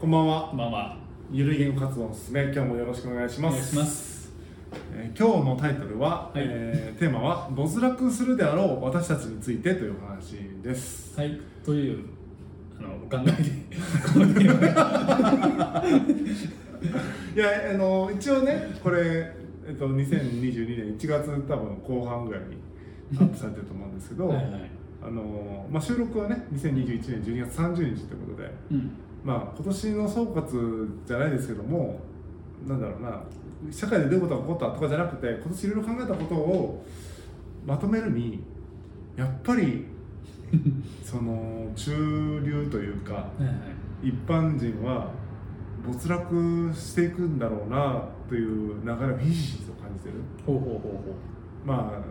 こんばんはこん。ばんは。ゆるい言語活動のすすめ、今日もよろしくお願いしおま願いす。します。えー今日のタイトルは、はいえーテーマは没落するであろう私たちについてというお話です。はい、という、あの、お考えで、このテーマいやあの一応ねこれえっと2022年1月多分後半ぐらいにアップされてると思うんですけど、 はいはい。あのまあ収録はね2021年12月30日ということで。うん。まあ、今年の総括じゃないですけどもなんだろうな社会でどういうことが起こったとかじゃなくて今年いろいろ考えたことをまとめるにやっぱ りその中流というかはいはい。一般人は没落していくんだろうなという流れをひしひしと感じてるほうほうほうほまあなんだろ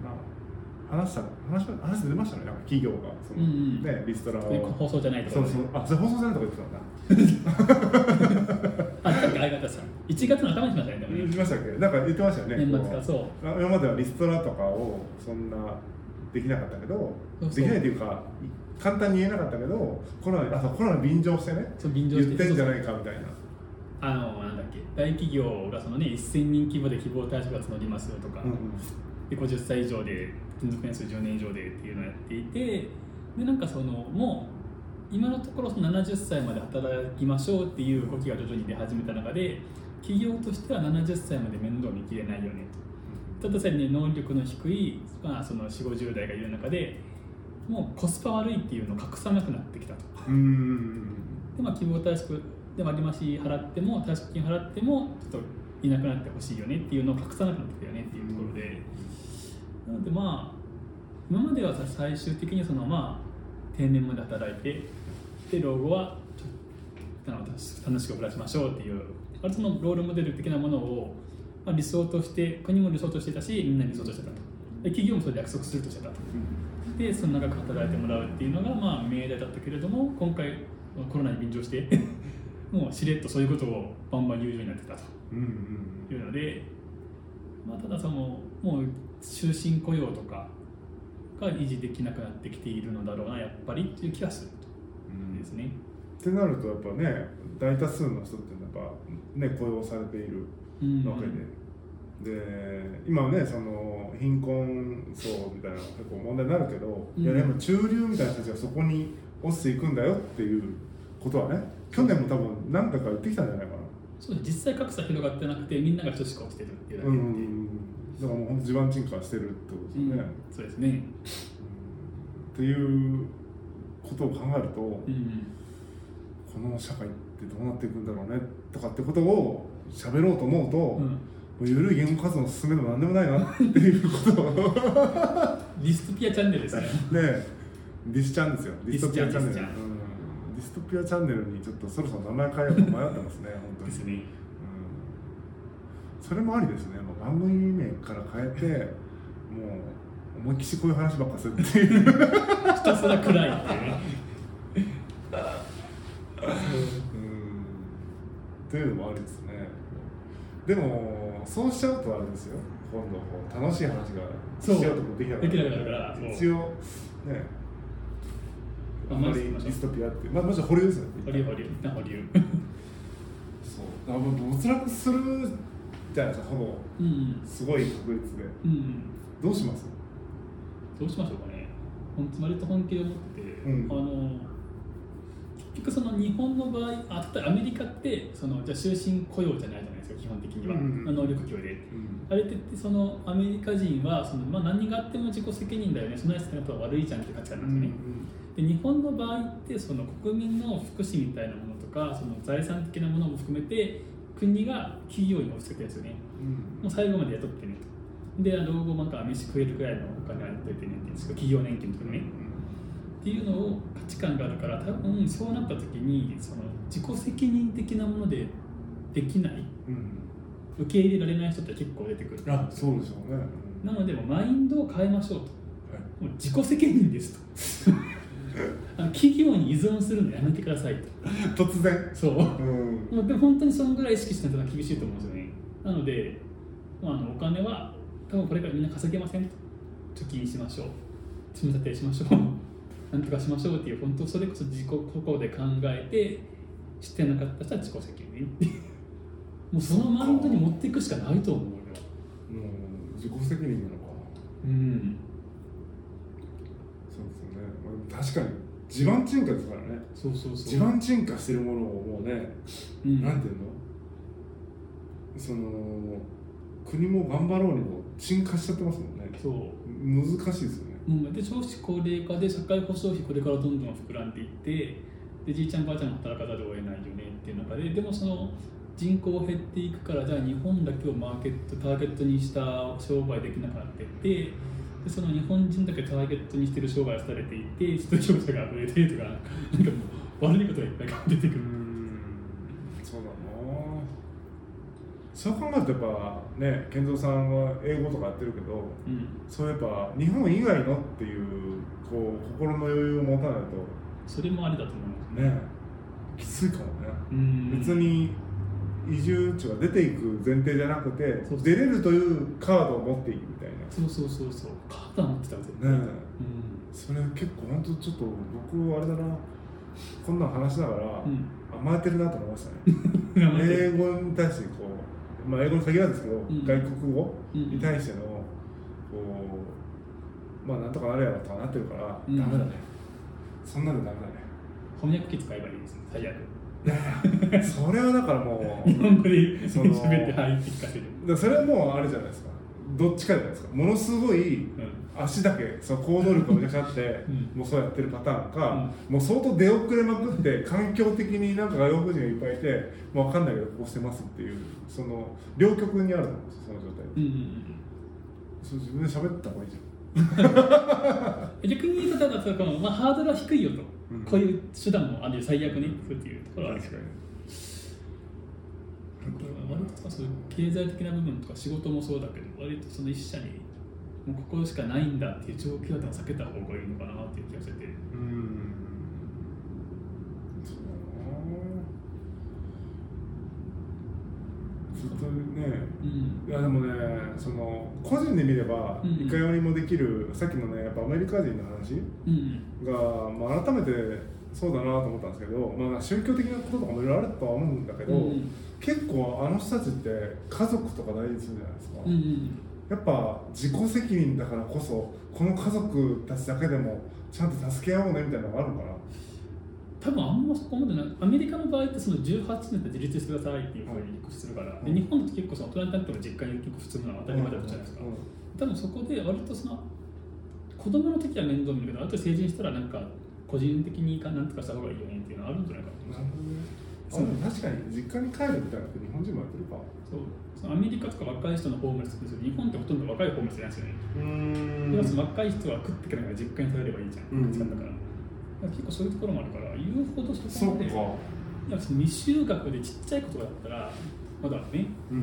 うな話した話した話出ましたねなんか企業がその、うんうんね、リストラう。これを。放送じゃないとこそろうでそうあそれ放送じゃないとか言ってたんだあ、だってあれが確か1月の頭にしましたね、でも言ねいましたっけなんか言ってましたよね年末か、こそう。うあ今まではリストラとかをそんなできなかったけどそうそうできないというか簡単に言えなかったけどコロナあそうコロナに便乗してねそう便乗し言てってんじゃないかみたいなあの、なんだっけ、大企業がそのね、1000人規模で希望対象が募りますよとか、うんで50歳以上で勤続年数10年以上でっていうのをやっていてでなんかそのもう今のところその70歳まで働きましょうっていう動きが徐々に出始めた中で企業としては70歳まで面倒見きれないよねとたださえね能力の低い、まあ、その4 5 0代がいる中でもうコスパ悪いっていうのを隠さなくなってきたと。うんうんでまあ、希望退職で割増払っても退職金払ってもちょっといなくなってほしいよねっていうのを隠さなくなってきたよねっていうところで、なのでまあ今まではさ最終的にそのまあ定年まで働いてで老後はちょっとあの楽しく暮らしましょうっていう割とそのロールモデル的なものを、まあ、理想として国も理想としてたしみんな理想としてたとで企業もそれで約束するとしてたと。でその長く働いてもらうっていうのがまあ命題だったけれども今回コロナに便乗して もうしれっとそういうことをバンバン言うようになってたとうんうんうんいうので、まあ、ただそのもう終身雇用とかが維持できなくなってきているのだろうなやっぱりっていう気がするうんんですね。ってなるとやっぱね大多数の人ってやっぱね雇用されているうんわけで、で今はねその貧困層みたいなのが結構問題になるけど、うんいやでも中流みたいな人たちがそこに落ちていくんだよっていうことはね去年も多分何回か言ってきたんじゃないかなそうです実際格差広がってなくてみんなが等しく落ちてるっていうだうけんで、うんうんだからもうほんと地盤沈下してるってことですよね、ううんんそうですね。っていうことを考えると、うんこの社会ってどうなっていくんだろうねとかってことを喋ろうと思うと、うもんう緩い言語活動の進めでも何でもないなっていうことをディストピアチャンネルですね。でディスチャンですよディストピアチャンネルディスチャンディスチャンうんディストピアチャンネルにちょっとそろそろ名前変えようと迷ってますね本当でに、すうんね。それもありですねもう番組名から変えてもう思いっきしこういう話ばっかするって いうひたすら暗いっていうね。うんというのもありですねでもそうしちゃうとあれですよ今度こう楽しい話がそうしようともできなくできなくななるるからそう一応ねあんまりディストピアっていうまあまず保留ですよね保留保留一旦保留そうだからもう没落するじゃないですかほぼうんすごい確率でうんどうしますどうしましょうかねほんつまりと本気で思ってて、うんあの結局その日本の場合あたアメリカってそのじゃあ終身雇用じゃないじゃないですか基本的には、うんうんまあ能力給与でうんあれってそのアメリカ人はその、まあ、何があっても自己責任だよねそのやつってやっぱ悪いじゃんっていう価値観なんですよね、で日本の場合ってその国民の福祉みたいなものとかその財産的なものも含めて国が企業に押し付けたやつよねうんもう最後まで雇ってねと。で、老後また飯食えるくらいのお金は雇ってねっていうんですか、企業年金とかね。っていうのを価値観があるから、多分そうなった時に、その自己責任的なものでできない、うん受け入れられない人って結構出てくる。あそうでしょうねなので、もうマインドを変えましょうと。もう自己責任です と。あの企業に依存するのやめてくださいうと。ん突然そう。うんまあ、でも本当にそのぐらい意識しないと厳しいと思うんですよねなので、まあ、あのお金は多分これからみんな稼げませんと貯金しましょう積み立 てしましょうなんとかしましょうっていう本当それこそ自己個々で考えてしてなかった人は自己責任っていうもうそのマウンドに持っていくしかないと思うようん自己責任なのかうんそうですよね、まあ、でも確かに地盤沈下ですからねそうそうそう地盤沈下してるものをもうねうんなんていうのその国も頑張ろうにも沈下しちゃってますもんねそう難しいですよねうん、で少子高齢化で社会保障費これからどんどん膨らんでいってでじいちゃんばあちゃんも働かざるを得ないよねっていう中ででもその人口減っていくからじゃあ日本だけをマーケットターゲットにした商売できなくなっていってでその日本人だけターゲットにしてる商売をされていて失業者が増えてとかなんかもう悪いことがいっぱい出てくるそうだなそう考えるとやっぱね健三さんは英語とかやってるけどうんそうやっぱ日本以外のっていうこう心の余裕を持たないそれもあれだと思いますとねきついかもね、うん別に移住地は出ていく前提じゃなくてそうそう出れるというカードを持っていくみたいなそうそうそうそうカード持ってたわ絶対、ねうんそれ結構本当ちょっと僕あれだなこんなん話しながらうん甘えてるなと思いましたね英語に対してこう、まあ、英語に限らずですけど、ん外国語うんに対してのこうまあなんとかなれやろとかなってるから、うんダメだねそんなのダメ翻訳機使えばいいですね最悪だね それはだからもう日本語でその喋って入って聞かせる、でそれはもうあれじゃないですかどっちかじゃないですかものすごいうん足だけその行動力がめちゃくちゃあって、んもうそうやってるパターンか、もう相当出遅れまくって環境的になんか外国人がいっぱいいてもう分かんないけどこうしてますっていうその両極にあると思うんですよその状態、うんうんそれ自分で喋った方がいいじうん、逆に言うとだからその、まあ、ハードルは低いよと、うんこういう手段もあるよ最悪ねっていうとこゃろはんある確かに割とそういう経済的な部分とか仕事もそうだけど割とその一社にもうここしかないんだっていう状況は避けた方がいいのかなっていう気がしててうんそうだなずっとねうんいやでもねその個人で見ればうんいかようにもできる、さっきのねやっぱアメリカ人の話うんうんが、まあ、改めてそうだなと思ったんですけど、まあ、宗教的なこととかもいろいろあるとは思うんだけど、うん結構あの人たちって家族とか大事にするじゃないですか、うんうんやっぱ自己責任だからこそこの家族たちだけでもちゃんと助け合おうねみたいなのがあるのかな多分あんまそこまでないアメリカの場合ってその18年で自立してくださいっていうふうに寄付するかうら、んで日本って結構その大人になっても実家に寄付するのは当たり前だったじゃないですか、うん多分そこで割とその子供の時は面倒見るけどあと成人したらなんか個人的にかなんとかした方がいいよねっていうのはあるんじゃないかと思うんですよなるほどねあでも確かに実家に帰るみたいなって日本人もやってるかそうそのアメリカとか若い人のホームレスって日本ってほとんど若いホームレスじゃないですよね、うん要はその若い人は食っていけないから実家に頼ればいいじゃん、うん時間だからだから結構そういうところもあるから言うほどそそこっかまでいやその未就学でちっちゃいことだったらまだねう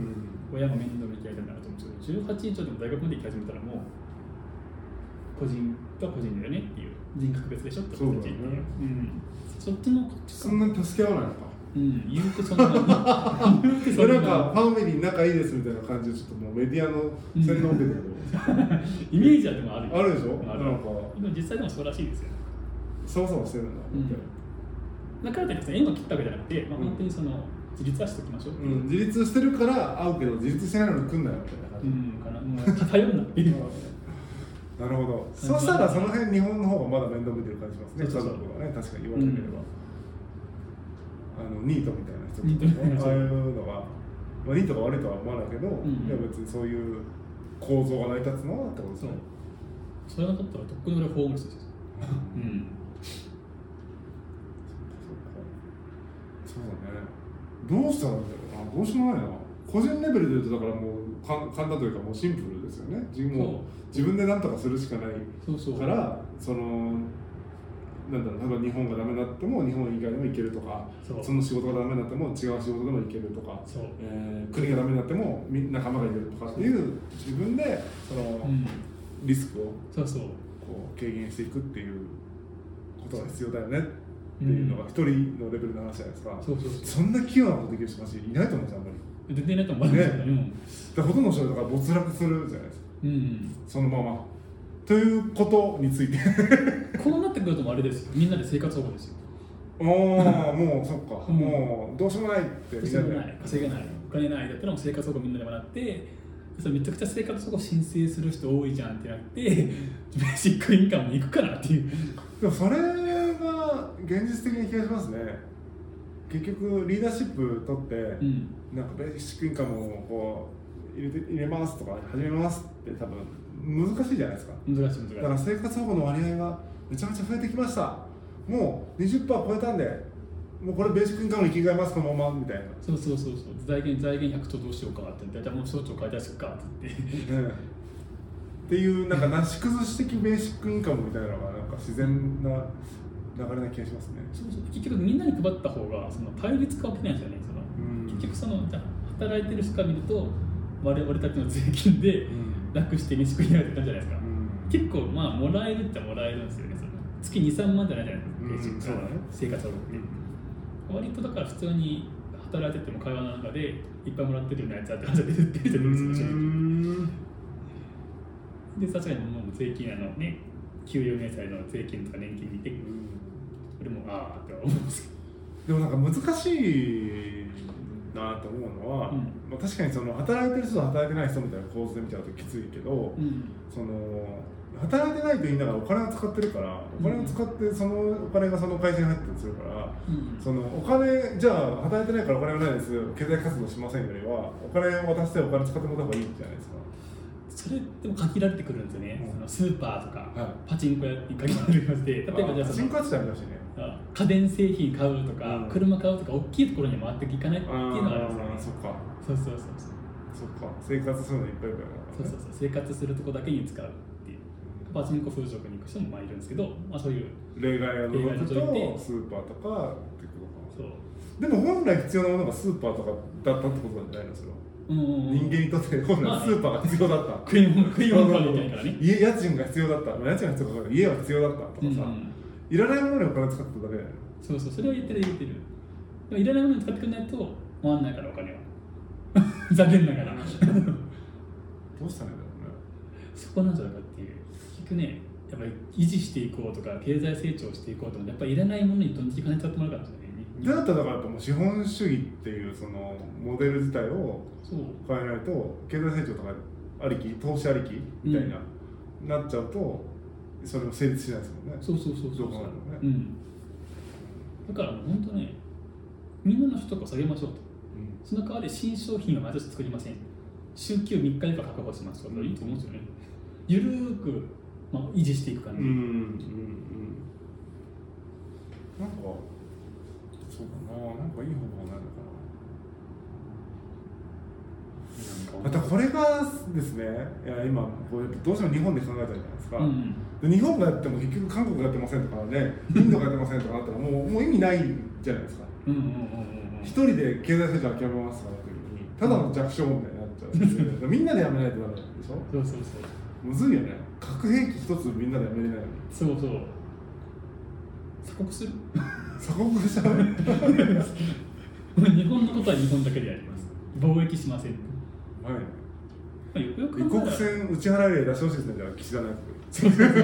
ん親が面倒見てやりたいなると思うんですけど18以上でも大学まで行き始めたらもう個人と個人だよねっていう人格別でしょってそうだちよねうん、そっちのこっちそかんなに助け合わないのかうん言うてそんな 言うてそれなんかファミリー仲いいですみたいな感じでちょっともうメディアの洗脳を受けてる イメージはでもあけるどあるでしょあなんるかでも実際でもそうらしいですよそわそわしてるんだだからといって縁を切ったわけじゃなくて、まあ、うん本当にその自立はしておきましょうってう、いうん自立してるから会うけど自立してないのに来んなよみたいな感うじ、んかなもう偏んなって いうなるほど、そしたらその辺日本の方がまだ面倒見てる感じしますねそうそうそう家族がね確かに言われてみれば、あのニートみたいな人とニートみたいかねな人ああいうのは、まあ、ニートが悪いとは思わないけど、んいや別にそういう構造が成り立つのはってことですそうねそれなかったらとっくに俺はホームレスですようんそうだねどうしたらいいんだろうなどうしようもないな個人レベルで言うとだからもうか簡単というかもうシンプルですよね自分もう自分で何とかするしかないそうそうからそのなんだろう例えば日本がダメになっても日本以外でも行けるとかそうその仕事がダメになっても違う仕事でも行けるとか、そうえー国がダメになってもみ仲間がいるとかっていう自分でそのうんリスクをそうそうこう軽減していくっていうことが必要だよねっていうのが一人のレベルの話じゃないですか、そうそうそそんな器用なことできる人マジいないと思うんですよあんまりう出てないと思うんですけどねだからほとんどの人がだから没落するじゃないですかうんうんそのままということについてこうなってくるともうあれですよみんなで生活保護ですよああもうそっか、うんもうどうしようもないってみん稼なげでない稼げないお金ないだったらもう生活保護みんなでもらってそれめちゃくちゃ生活保護申請する人多いじゃんってなってベーシックインカムに行くからっていうでもそれが現実的に気がしますね結局リーダーシップ取って、うんなんかベーシックインカムをこう入れて入れますとか始めますって多分難しいじゃないですか難しい難しいだから生活保護の割合がめちゃめちゃ増えてきましたもう20%超えたんでもうこれベーシックインカムに切り替えますこのままみたいな、そうそうそうそう財源財源100兆どうしようかって大体もう省庁買い出すかって言ってうんっていうなんかなし崩し的ベーシックインカムみたいなのがなんか自然な流れな気がしますねそうそう結局みんなに配った方がその対立化起きないんですよねそのうん結局そのじゃあ働いてる人から見ると我々たちの税金でうん楽して飯食いになるって感じじゃないですか、うん結構まあもらえるってもらえるんですよねその月23万じゃないじゃないですか、うんベーシックそうだね生活保護って、割とだから普通に働いてても会話の中でいっぱいもらってるようなやつだって話が出て出てくるんですよ正直で確かにもう税金あのね給与明細の税金とか年金見てこれもああって思うんですけどでもなんか難しいなと思うのは、うんまあ、確かにその働いてる人と働いてない人みたいな構図で見ちゃうときついけど、うんその働いてないと言いながらお金を使ってるからお金を使ってそのお金がその会社に入ってたりするからうんそのお金じゃあ働いてないからお金はないです経済活動しませんよりはお金を渡してお金使ってもらった方がいいじゃないですかそれでも限られてくるんですよね、うんそのスーパーとか、はパチンコ屋に限られてまして例えばじゃああそ新の婚時代だしねあ家電製品買うとか、うん車買うとか大きいところに回っていかないっていうのがあるんあーですそよっねかそうそうそうそうそっか生活するのいっぱいいっぱいそうそうそう生活するとこだけに使うっていうパチンコ風俗に行く人もまあいるんですけど、まあ、そういう例外を除く例外を除いとてスーパーとかってことかそう、でも本来必要なものがスーパーとかだったってことなんじゃないのそれはうんうんう人ん間にとって本来スーパーが必要だった食い物食い物買うみたいからね家家賃が必要だった家賃が必要だった家は必要だったとかさ、うんうんいらないものにお金使ってただけだよねそうそうそれは言ってる言ってるでもいらないものに使ってくれないと回んないからお金は残念ながらどうしたらいいんだろそこなんじゃないかっていう結局ねやっぱり維持していこうとか経済成長していこうとかやっぱりいらないものにどんだけ金使ってもらうかもしれないうねねでだったらだからやっぱもう資本主義っていうそのモデル自体をそう変えないと経済成長とかありき投資ありきみたいな、なっちゃうとそれも成立しないですもんねそうそうそうそどうう考えてもねうん、だからもう本当ねみんなの所得を下げましょうとうんその代わり新商品は毎年作りません週休3日以下確保しますとかいいと思うんですよねゆるーく、まあ、維持していく感うじ、んうんうんなんかそうだななんかいい方法ないのかなまたこれがですねいや今こうやっぱどうしても日本で考えたじゃないですか、うんで日本がやっても結局韓国がやってませんとかねインドがやってませんとかなったらもうもう意味ないじゃないですかうんうんうん一人で経済成長諦めますとかなってる時にただの弱小問題になっちゃうんでみんなでやめないとダメなんでしょうんうんそうそうむずいよね核兵器一つみんなでやめれないのにそうそうそう鎖国する鎖国しちゃうね 日本のことは日本だけでやります貿易しません、まはいあ、よくよく一考国えたら船打ち払い例出してほしいですねじゃあ岸田内そうそうそうそ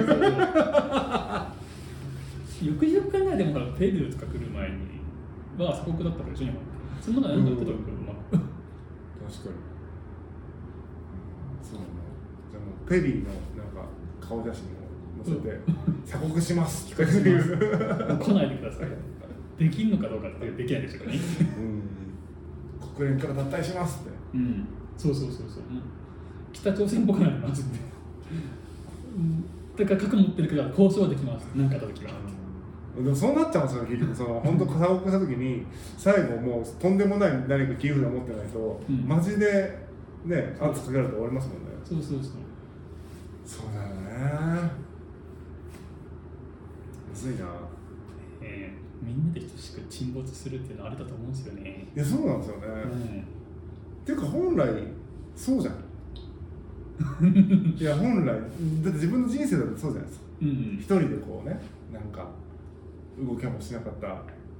うよくよく考えてもほらペルーとか来る前には鎖国だったわけでしょ今そんなのやるんだったらう閣確かまくにそうだねじゃあもうペリーのなんか顔写真を載せて「鎖国します」っていう 来ないでくださいできんのかどうかってできないでしょうかねうん、国連から脱退しますってうんそうそうそうそうもう北朝鮮っぽくなりますってうんだから核持ってるから交渉はできます何かあった時はでもそうなっちゃうんですよ結局その本当鎖国した時に最後もうとんでもない何か切り札持ってないと、うんマジでね圧かけられて終わりますもんねそうそうそうそうだよねむずいなえーみんなで等しく沈没するっていうのはあれだと思うんですよねいやそうなんですよね、うっんていうか本来そうじゃんいや本来だって自分の人生だってそうじゃないですかうん一人でこうねなんか動きもしなかった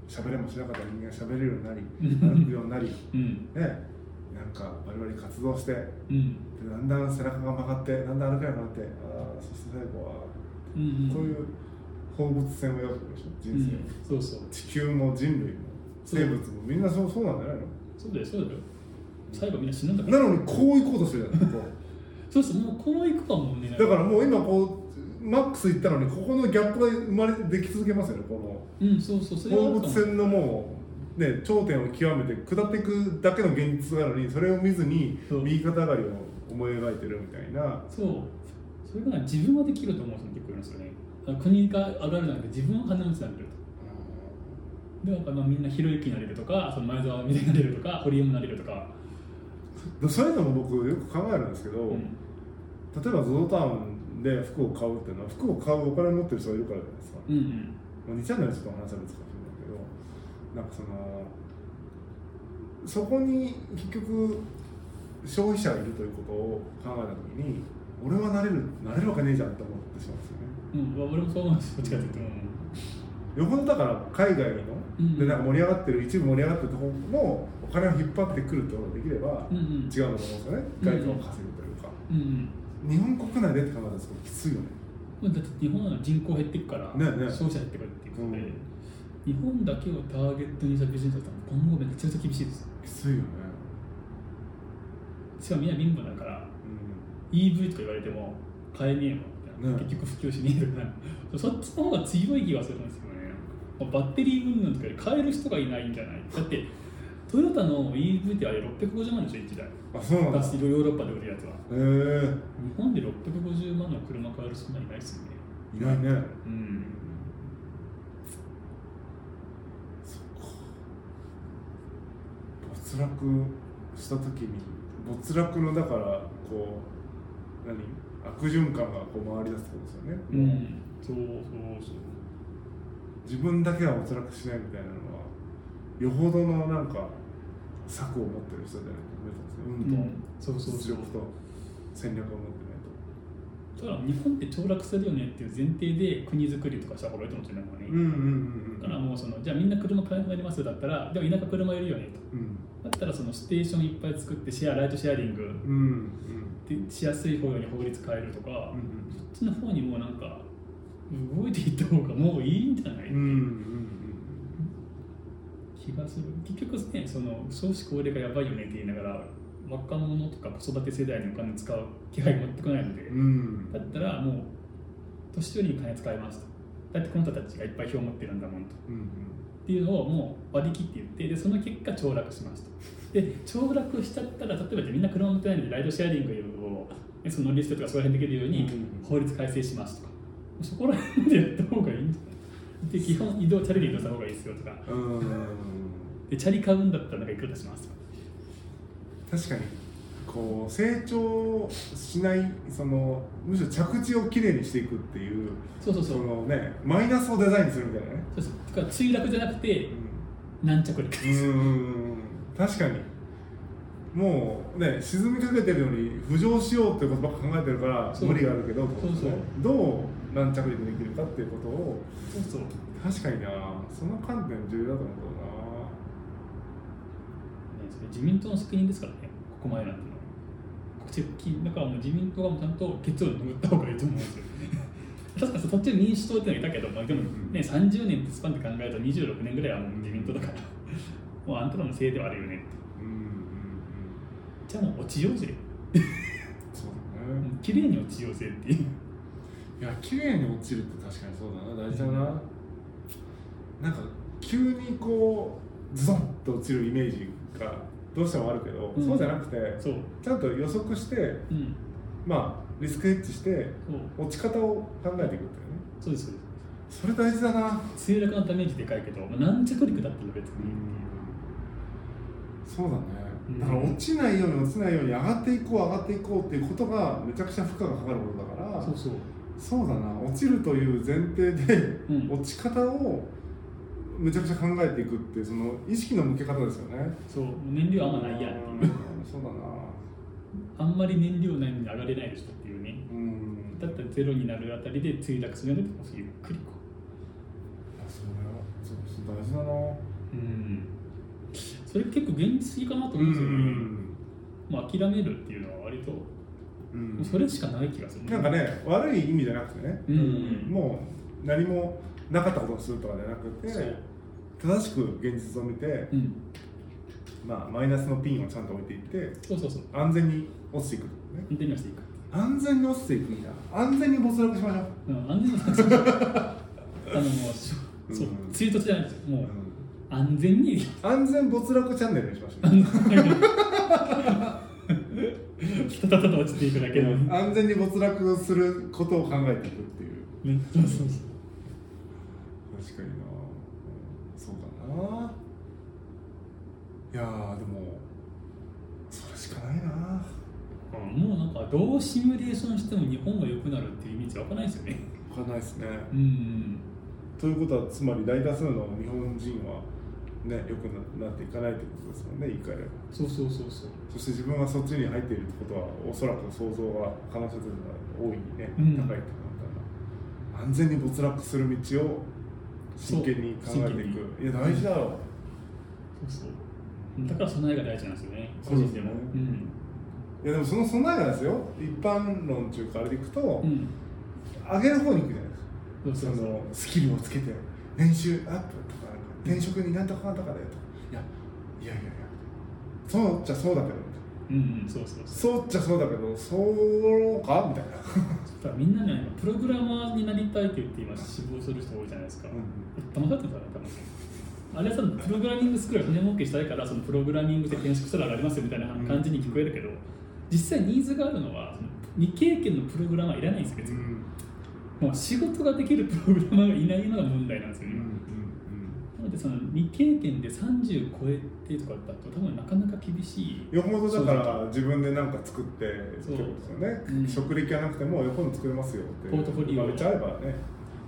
喋れもしなかった人間が喋れるように なり歩くようになりねうんなんか我々活動してでうんだんだん背中が曲がってだんだん歩けなくなってああそして最後はうんうんそういう放物線を描くでしょう人生、ん、そうそう地球も人類も生物もみんなそうそうなんじゃないのそうだよそうだよ最後みんな死ぬんだからなのにこう行こうとするじゃないこそうそうもうこういくかもねうだからもう今こうマックス行ったのにここのギャップが生まれてでき続けますよねこうんそうそうそのれはある放かも物線のもうね頂点を極めて下っていくだけの現実があるのにそれを見ずにそう右肩上がりを思い描いてるみたいなそうそれが自分はできると思う人も結構いるんですよねあ国があるあるなんで自分は金持ちになれるとでなんかまあみんなひろゆきになれるとかその前澤みたいになれるとか堀江もなれるとか、そういうのも僕よく考えるんですけど、うん例えば ZOZO タウンで服を買うっていうのは服を買うお金持ってる人がいるからじゃないですかうんうんまあ、2チャンネルちょっと話は別かもしれないけどなんかそのそこに結局消費者がいるということを考えた時に俺はなれるなれるわけねえじゃんって思ってしまうんですよねうん、まあ俺もそう思うんですどっちかっていうと、よほどだから海外の、うんでなんか盛り上がってる一部盛り上がってるところのお金を引っ張ってくるってことができれば、うんうん違うんだと思うんですよねうん外貨を稼ぐというか、うんうん日本国内でって考えたらすごいきついよねまあだって日本は人口減っていくから、ねえねえ消費者減ってくるっていうことうで、ん日本だけをターゲットにしたビジネスだったら今後めちゃくちゃ厳しいですきついよね、しかもみんな貧乏だからう EV とか言われても買えねえもんみたいな、ね結局普及しねえとかな そっちの方が強い気がするんですよね、まあバッテリー云々とかより買える人がいないんじゃないだってトヨタの EV ってあれ650万でしょ1台ん、あそうなんだへ私ヨーロッパで売るやつはえ日本で650万の車買える人なんていないですよねいないねうん没落した時に没落のだからこう何悪循環がこう回り出すってことですよね、うんそうそうそう自分だけは没落しないみたいなのはよほどのなんか策を持ってる人じゃないと無理でうすねんそう運とそう実力そうと戦略を持ってないとだから日本って凋落するよねっていう前提で国づくりとかした方がいいと思ってるのね、うんうんだうかんらもうそのじゃあみんな車買えなくなりますよだったらでも田舎車いるよねとうんだったらそのステーションいっぱい作ってシェアライトシェアリングうんうんでしやすい方に法律変えるとか、うんうんそっちの方にもうなんか動いていった方がもういいんじゃない、うんうん気がする結局ねその少子高齢化やばいよねって言いながら若者とか子育て世代にお金使う気配持ってこないので、うんだったらもう年寄りに金使いますとだってこの人たちがいっぱい票を持ってるんだもんとうんっていうのをもう割り切って言ってでその結果凋落しますとで凋落しちゃったら例えばじゃあみんな車持ってないのでライドシェアリングをねそのリストとかそこら辺できるようにうん法律改正しますとかもうそこら辺でやった方がいいんじ ゃないで基本移動チャリで移動した方がいいですよとかうんうんでチャリ買うんだったらなんかいくら出しますとか確かにこう成長しないそのむしろ着地をきれいにしていくっていうそうそうそそうそうのねマイナスをデザインするみたいなねそうだから墜落じゃなくて軟着陸うんうん確かにもうね沈みかけてるのに浮上しようってことばっか考えてるからそう無理があるけどそうそうどう軟着陸できるかっていうことをそうそう確かになその観点重要だと思うんだよねそれ自民党の責任ですからね、ここまでなんていうのは。国政金だからもう自民党がもうちゃんと結を拭った方がいいと思うんですよ。 確かに途中民主党っていうのがいたけど、まあ、でもね、30年ってスパンで考えると26年ぐらいはもう自民党だから、もうあんたらのせいではあるよねって。なうんうんうんじゃあもう落ちようぜ。そうもだねう綺麗に落ちようぜっていう。 いや綺麗に落ちるって確かにそうだな大事だな、なんか急にこうズドンと落ちるイメージがどうしてもあるけど、うんそうじゃなくてそう。ちゃんと予測してうん。まあリスクヘッジしてそう。落ち方を考えていくっていうねそうです。そうでそれ大事だなす墜落のダメージでかいけど、まあ、軟着陸だったら別に。そうだねうんだから落ちないように落ちないように上がっていこう上がっていこうっていうことがめちゃくちゃ負荷がかかることだからそうそう。そうだな落ちるという前提でうん。落ち方をめちゃくちゃ考えていくっていうその意識の向け方ですよねそう。もう燃料あんまないやっていう。うんそうだなあんまり燃料ないのに上がれないでしょっていうね。うんだったらゼロになるあたりで墜落するのでゆっくりこあそれはそうそう大事だなう、うん、それ結構現実的かなと思うんですよね、まあ、諦めるっていうのは割とうんそれしかない気がするなんかね悪い意味じゃなくてね、うんもう何もなかったことをするとかじゃなくそうて正しく現実を見て、うん、まあ、マイナスのピンをちゃんと置いていってそうそうそう安全に落ちていくね運転にはしていいか、安全に落ちていくんだ安全に没落しましょう、うん、安全にはしていいかあのもうしょそううんツイートじゃないんですよもううん安全に安全没落チャンネルにしましょうただただ落ちていくだけの、ね、安全に没落することを考えていくっていうそうそうそう確かになそうだないやーでもそれしかないなうんもうなんかどうシミュレーションしても日本が良くなるっていうイメージ湧かないですよね他ないですねうんということはつまり大多数の日本人はねよくななっていかないということですもんね言い換えればそうそうそうそうそして自分がそっちに入っているってことはおそらく想像は可能性というのは大いにね、うん高いと思ったら安全に没落する道を真剣に考えていそうくいや大事だろそうそうだから備えが大事なんですよね個人でもそうですんういやでもその備えがですよ一般論中からでいくと、うん上げる方に行くじゃないですかそうそそうそのうスキルをつけて年収アップとかなんか転職になんとかなんとかだよとかいやいやいやいやそうじゃそうだけどうんうんそうそうそうそうじゃそうだけどそうかみたいな、だからみんなねプログラマーになりたいって言って今志望する人多いじゃないですか、騙されてたら多分あれはそのプログラミングスクール金儲けしたいからそのプログラミングで転職したら上がりますよみたいな感じに聞こえるけど、実際ニーズがあるのはその未経験のプログラマーいらないんですよ別うに、んもう仕事ができるプログラマーがいないのが問題なんですようんうね、んなのでその未経験で30超えてとかだと多分なかなか厳しいよほどだから自分で何か作ってってことですよね、うん職歴はなくてもよほど作れますよってポートフォリオ言われちゃえばね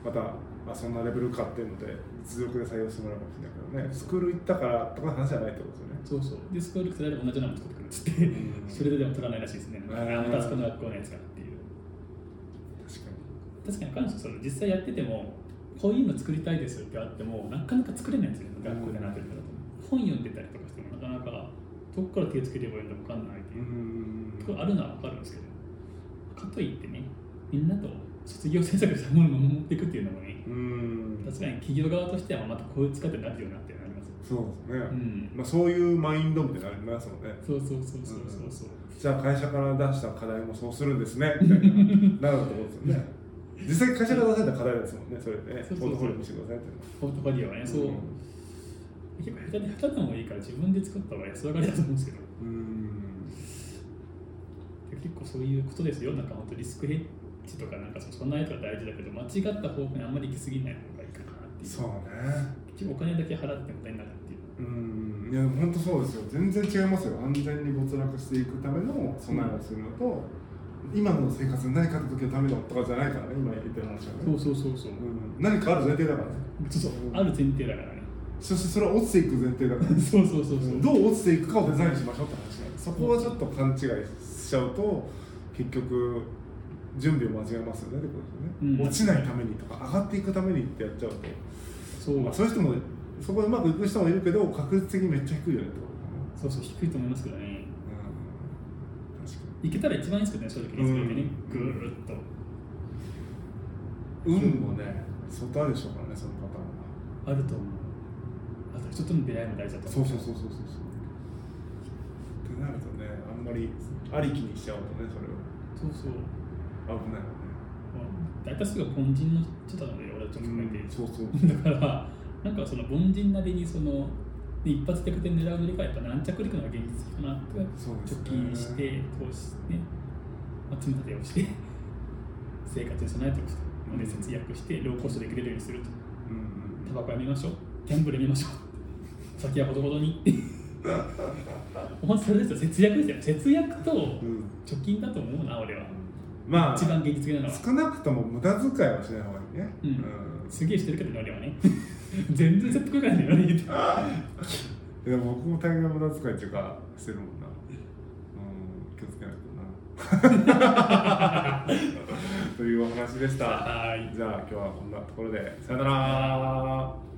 またあそんなレベルかっていうので実力で採用してもらうかもしれないけどねスクール行ったからとかの話じゃないってことですよねそうそうでスクール来たら同じようなの作ってくるっつって、うんそれででも取らないらしいですね、うんあまたあそこの学校のやつかなっていう確か確かに彼女その実際やっててもこういうの作りたいですってあってもなかなか作れないんですよね学校でなってるから、本読んでたりとかしてもなかなかどこから手つければいいのか分かんないってにいうう、とこんろあるのは分かるんですけどかといってねみんなと卒業制作したものを守っていくっていうのもねうん確かに企業側としてはまたこういう使ってなるようになっていうのはありますよそうですね、うんまあ、そういうマインドみたいなのありますもんねそうそうそうそうそうそうじゃあ会社から出した課題もそうするんですねみたいななるってことですよ ね実際会社から出された課題ですもんねそれでねそポーうそうそうトフォリオ見せてくださいっていうのはポートフォリオはねそう、結構下手で下手でもいいから自分で作った方が安上がりだと思うんですけどうん結構そういうことですよ、なんか本当リスクヘッジとかなんかそそんなやつが大事だけど、間違った方向にあんまり行き過ぎない方がいいかなっていう、そうね結局お金だけ払ってもったいないなっていううんいや本当そうですよ全然違いますよ安全に没落していくための備えをするのと、今の生活に何かあった時のためのとかじゃないからね今言ってる話はね、の。そうそうそうそう。うん、何かある前提だからねそうある前提だからね。そしてそれは落ちていく前提だからそうそうそうそう。どう落ちていくかをデザインしましょうって話ねそこはちょっと勘違いしちゃうと結局準備を間違えますよねってことですよね、うん落ちないためにとか上がっていくためにってやっちゃうと、そうまあ、そういう人もそこでうまくいく人もいるけど確率的にめっちゃ低いよねってことだねそうそう、低いと思いますけどね。うん確か行けたら一番いいですけどね、正直リスクヘッジね。ぐーっと。に運もね相当あるでしょうからねそのパターンはあると思う。あと人との出会いも大事だとそ思うそうそうそうそうそうってなるとねあんまりありきにしちゃうとねそれをそうそう。危ないよねまあ大多数が凡人の人なので、俺はちょっと含めて。うんそうそうだから、なんかその凡人なりにそので一発逆転狙うよりかはやっぱ軟着陸の方が現実的かなとそうです貯ね金して投資して、まあ、積み立てをして 生活に備えておくとうんで節約してローコストできるようにするとうんうんタバコやめましょうギャンブルやめましょう酒はほどほど に本当それですよ節約ですよ節約とうん貯金だと思うな俺はまあ一番現実的なのは少なくとも無駄遣いはしない方がいいね、うんすげえしてるけどね俺はね 全然説得力ないんだよね うんでも僕も大概無駄遣いっていうかしてるもんなうん気をつけないとなというお話でしたはいじゃあ今日はこんなところでさよなら